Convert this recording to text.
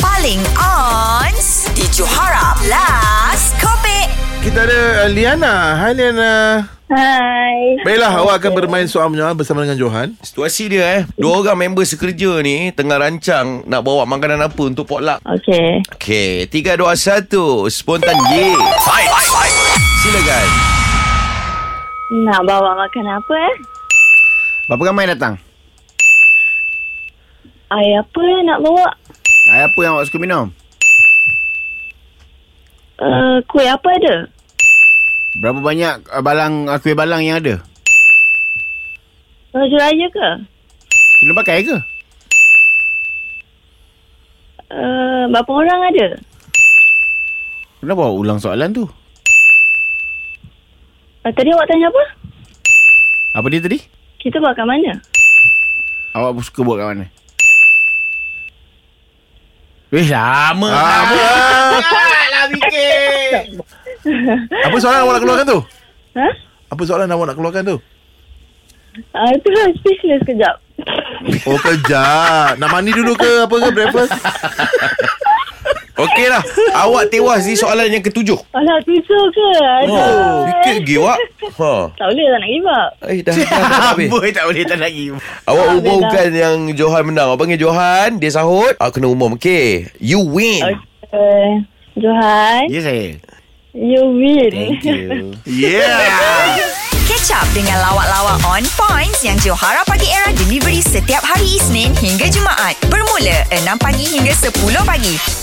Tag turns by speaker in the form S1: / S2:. S1: paling on di Johara Plus Kopi.
S2: Kita ada uh, Liana. Hai Liana.
S3: Hai.
S2: Baiklah, awak akan bermain soal menjawab bersama dengan Johan.
S4: Situasi dia eh Dua orang member sekerja ni Tengah rancang Nak bawa makanan apa Untuk potluck
S3: Okey.
S4: Okay Tiga, dua, satu Spontan ye Silakan
S3: Nak bawa makan apa eh?
S5: Berapa ramai datang?
S3: Air apa eh nak bawa?
S5: Air apa yang awak suka minum?
S3: Uh, kuih apa ada?
S5: Berapa banyak uh, balang uh, kuih balang yang ada?
S3: Baju raya ke?
S5: Kena pakai ke?
S3: Uh, berapa orang ada?
S5: Kenapa awak ulang soalan tu?
S3: Uh, tadi awak tanya apa?
S5: Apa dia tadi?
S3: Kita bawa kat mana?
S5: Awak suka buat kat mana? Weh lama
S2: Ah, apa?
S5: lah fikir.
S2: apa soalan awak nak keluarkan tu?
S3: Ha?
S2: Apa soalan awak nak keluarkan tu?
S3: Uh, tu lah speechless kejap.
S2: Oh, kejap. Nak mandi dulu ke apa ke breakfast?
S4: Okey lah Awak tewas ni soalan yang ketujuh
S3: Alah, pisau ke?
S5: Oh,
S3: Aduh.
S4: Fikir lagi awak ha.
S3: Tak boleh tak nak give up.
S4: Eh dah, dah, dah, dah habis
S5: Apa tak boleh tak nak give.
S4: Awak umumkan yang Johan menang Awak panggil Johan Dia sahut Awak kena umum Okay You win
S3: Okay. Johan,
S5: Ya saya.
S3: you win.
S4: Thank you
S2: Ya.
S5: Yeah.
S1: Catch up dengan lawak-lawak on points yang Johara Pagi Era delivery setiap hari Isnin hingga Jumaat. Bermula 6 pagi hingga 10 pagi.